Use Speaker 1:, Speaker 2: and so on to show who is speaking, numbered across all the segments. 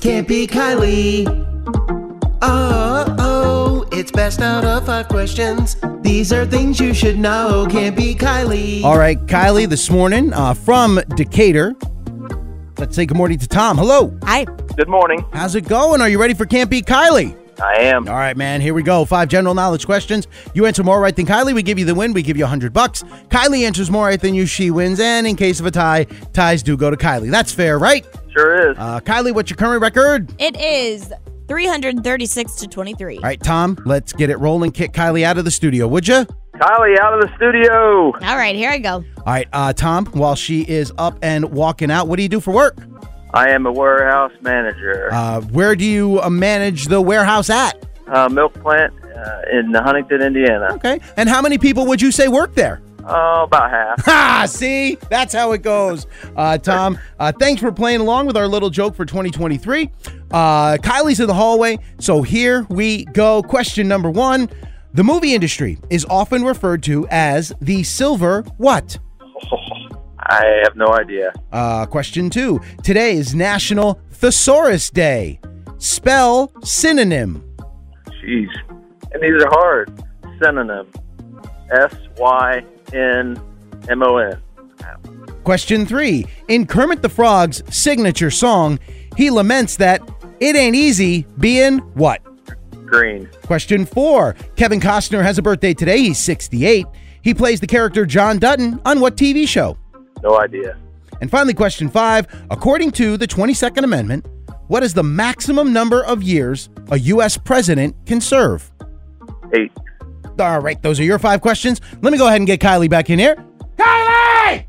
Speaker 1: Can't be Kylie. Oh, oh, it's best out of five questions. These are things you should know. Can't be Kylie.
Speaker 2: All right, Kylie, this morning uh, from Decatur. Let's say good morning to Tom. Hello.
Speaker 3: Hi.
Speaker 4: Good morning.
Speaker 2: How's it going? Are you ready for Can't Beat Kylie?
Speaker 4: I am.
Speaker 2: All right, man, here we go. Five general knowledge questions. You answer more right than Kylie, we give you the win. We give you a 100 bucks. Kylie answers more right than you, she wins. And in case of a tie, ties do go to Kylie. That's fair, right?
Speaker 4: Sure is.
Speaker 2: Uh, Kylie, what's your current record?
Speaker 3: It is 336 to 23.
Speaker 2: All right, Tom, let's get it rolling. Kick Kylie out of the studio, would you?
Speaker 4: Kylie out of the studio.
Speaker 3: All right, here I go.
Speaker 2: All right, uh, Tom, while she is up and walking out, what do you do for work?
Speaker 4: I am a warehouse manager.
Speaker 2: Uh, where do you uh, manage the warehouse at?
Speaker 4: Uh, milk plant uh, in Huntington, Indiana.
Speaker 2: Okay. And how many people would you say work there?
Speaker 4: Oh, about half.
Speaker 2: Ha! See, that's how it goes. Uh, Tom, uh, thanks for playing along with our little joke for 2023. Uh, Kylie's in the hallway, so here we go. Question number one: The movie industry is often referred to as the silver what?
Speaker 4: I have no idea.
Speaker 2: Uh, question two: Today is National Thesaurus Day. Spell synonym.
Speaker 4: Jeez. And these are hard. Synonym. S Y N M O N.
Speaker 2: Question three: In Kermit the Frog's signature song, he laments that it ain't easy being what?
Speaker 4: Green.
Speaker 2: Question four Kevin Costner has a birthday today. He's 68. He plays the character John Dutton on what TV show?
Speaker 4: No idea.
Speaker 2: And finally, question five According to the 22nd Amendment, what is the maximum number of years a U.S. president can serve?
Speaker 4: Eight.
Speaker 2: All right, those are your five questions. Let me go ahead and get Kylie back in here. Kylie!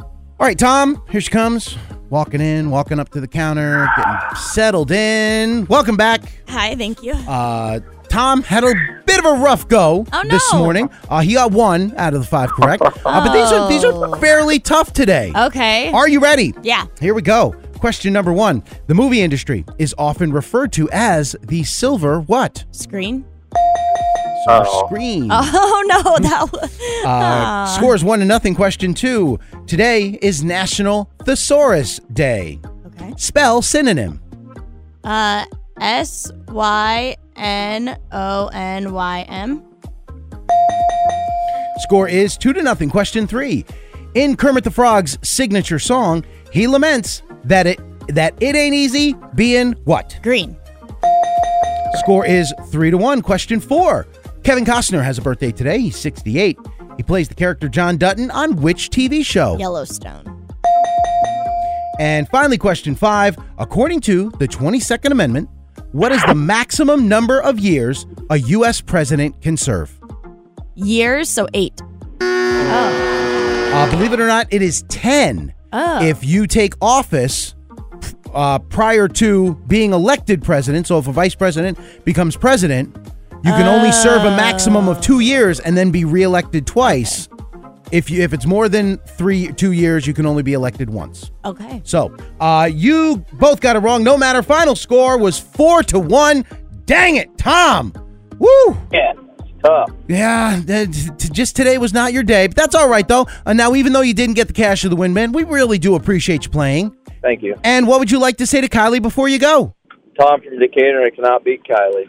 Speaker 2: All right, Tom, here she comes. Walking in, walking up to the counter, getting settled in. Welcome back.
Speaker 3: Hi, thank you.
Speaker 2: Uh, Tom had a bit of a rough go
Speaker 3: Oh, no.
Speaker 2: this morning. Uh, he got one out of the five correct, uh, but these are these are
Speaker 3: Oh.
Speaker 2: fairly tough today.
Speaker 3: Okay.
Speaker 2: Are you ready?
Speaker 3: yeah.
Speaker 2: Here we go. Question number one: The movie industry is often referred to as the silver what?
Speaker 3: Screen.
Speaker 2: Silver
Speaker 4: Oh.
Speaker 2: screen.
Speaker 3: Oh no, that was.
Speaker 2: Uh, scores one to nothing. Question two: Today is National Thesaurus Day.
Speaker 3: okay.
Speaker 2: Spell synonym.
Speaker 3: Uh, S Y N O N Y M.
Speaker 2: Score is two to nothing. Question three. In Kermit the Frog's signature song, he laments that it that it ain't easy being what?
Speaker 3: Green.
Speaker 2: Score is three to one. Question four. Kevin Costner has a birthday today. He's 68. He plays the character John Dutton on which TV show?
Speaker 3: Yellowstone.
Speaker 2: And finally, question five. According to the 22nd Amendment, what is the maximum number of years a U.S. president can serve?
Speaker 3: Years, so eight.
Speaker 2: Uh, believe it or not, it is 10.
Speaker 3: Oh.
Speaker 2: If you take office uh, prior to being elected president, so if a vice president becomes president, you can only serve a maximum of two years and then be reelected twice. If you if it's more than three two years, you can only be elected once.
Speaker 3: Okay.
Speaker 2: So uh, you both got it wrong. No matter. Final score was four to one. Dang it, Tom. Woo.
Speaker 4: Yeah, it's tough.
Speaker 2: Yeah, that- t- just today was not your day, but that's all right though. Uh, now, even though you didn't get the cash of the win, man, we really do appreciate you playing.
Speaker 4: Thank you.
Speaker 2: And what would you like to say to Kylie before you go?
Speaker 4: Tom from Decatur, I cannot beat Kylie.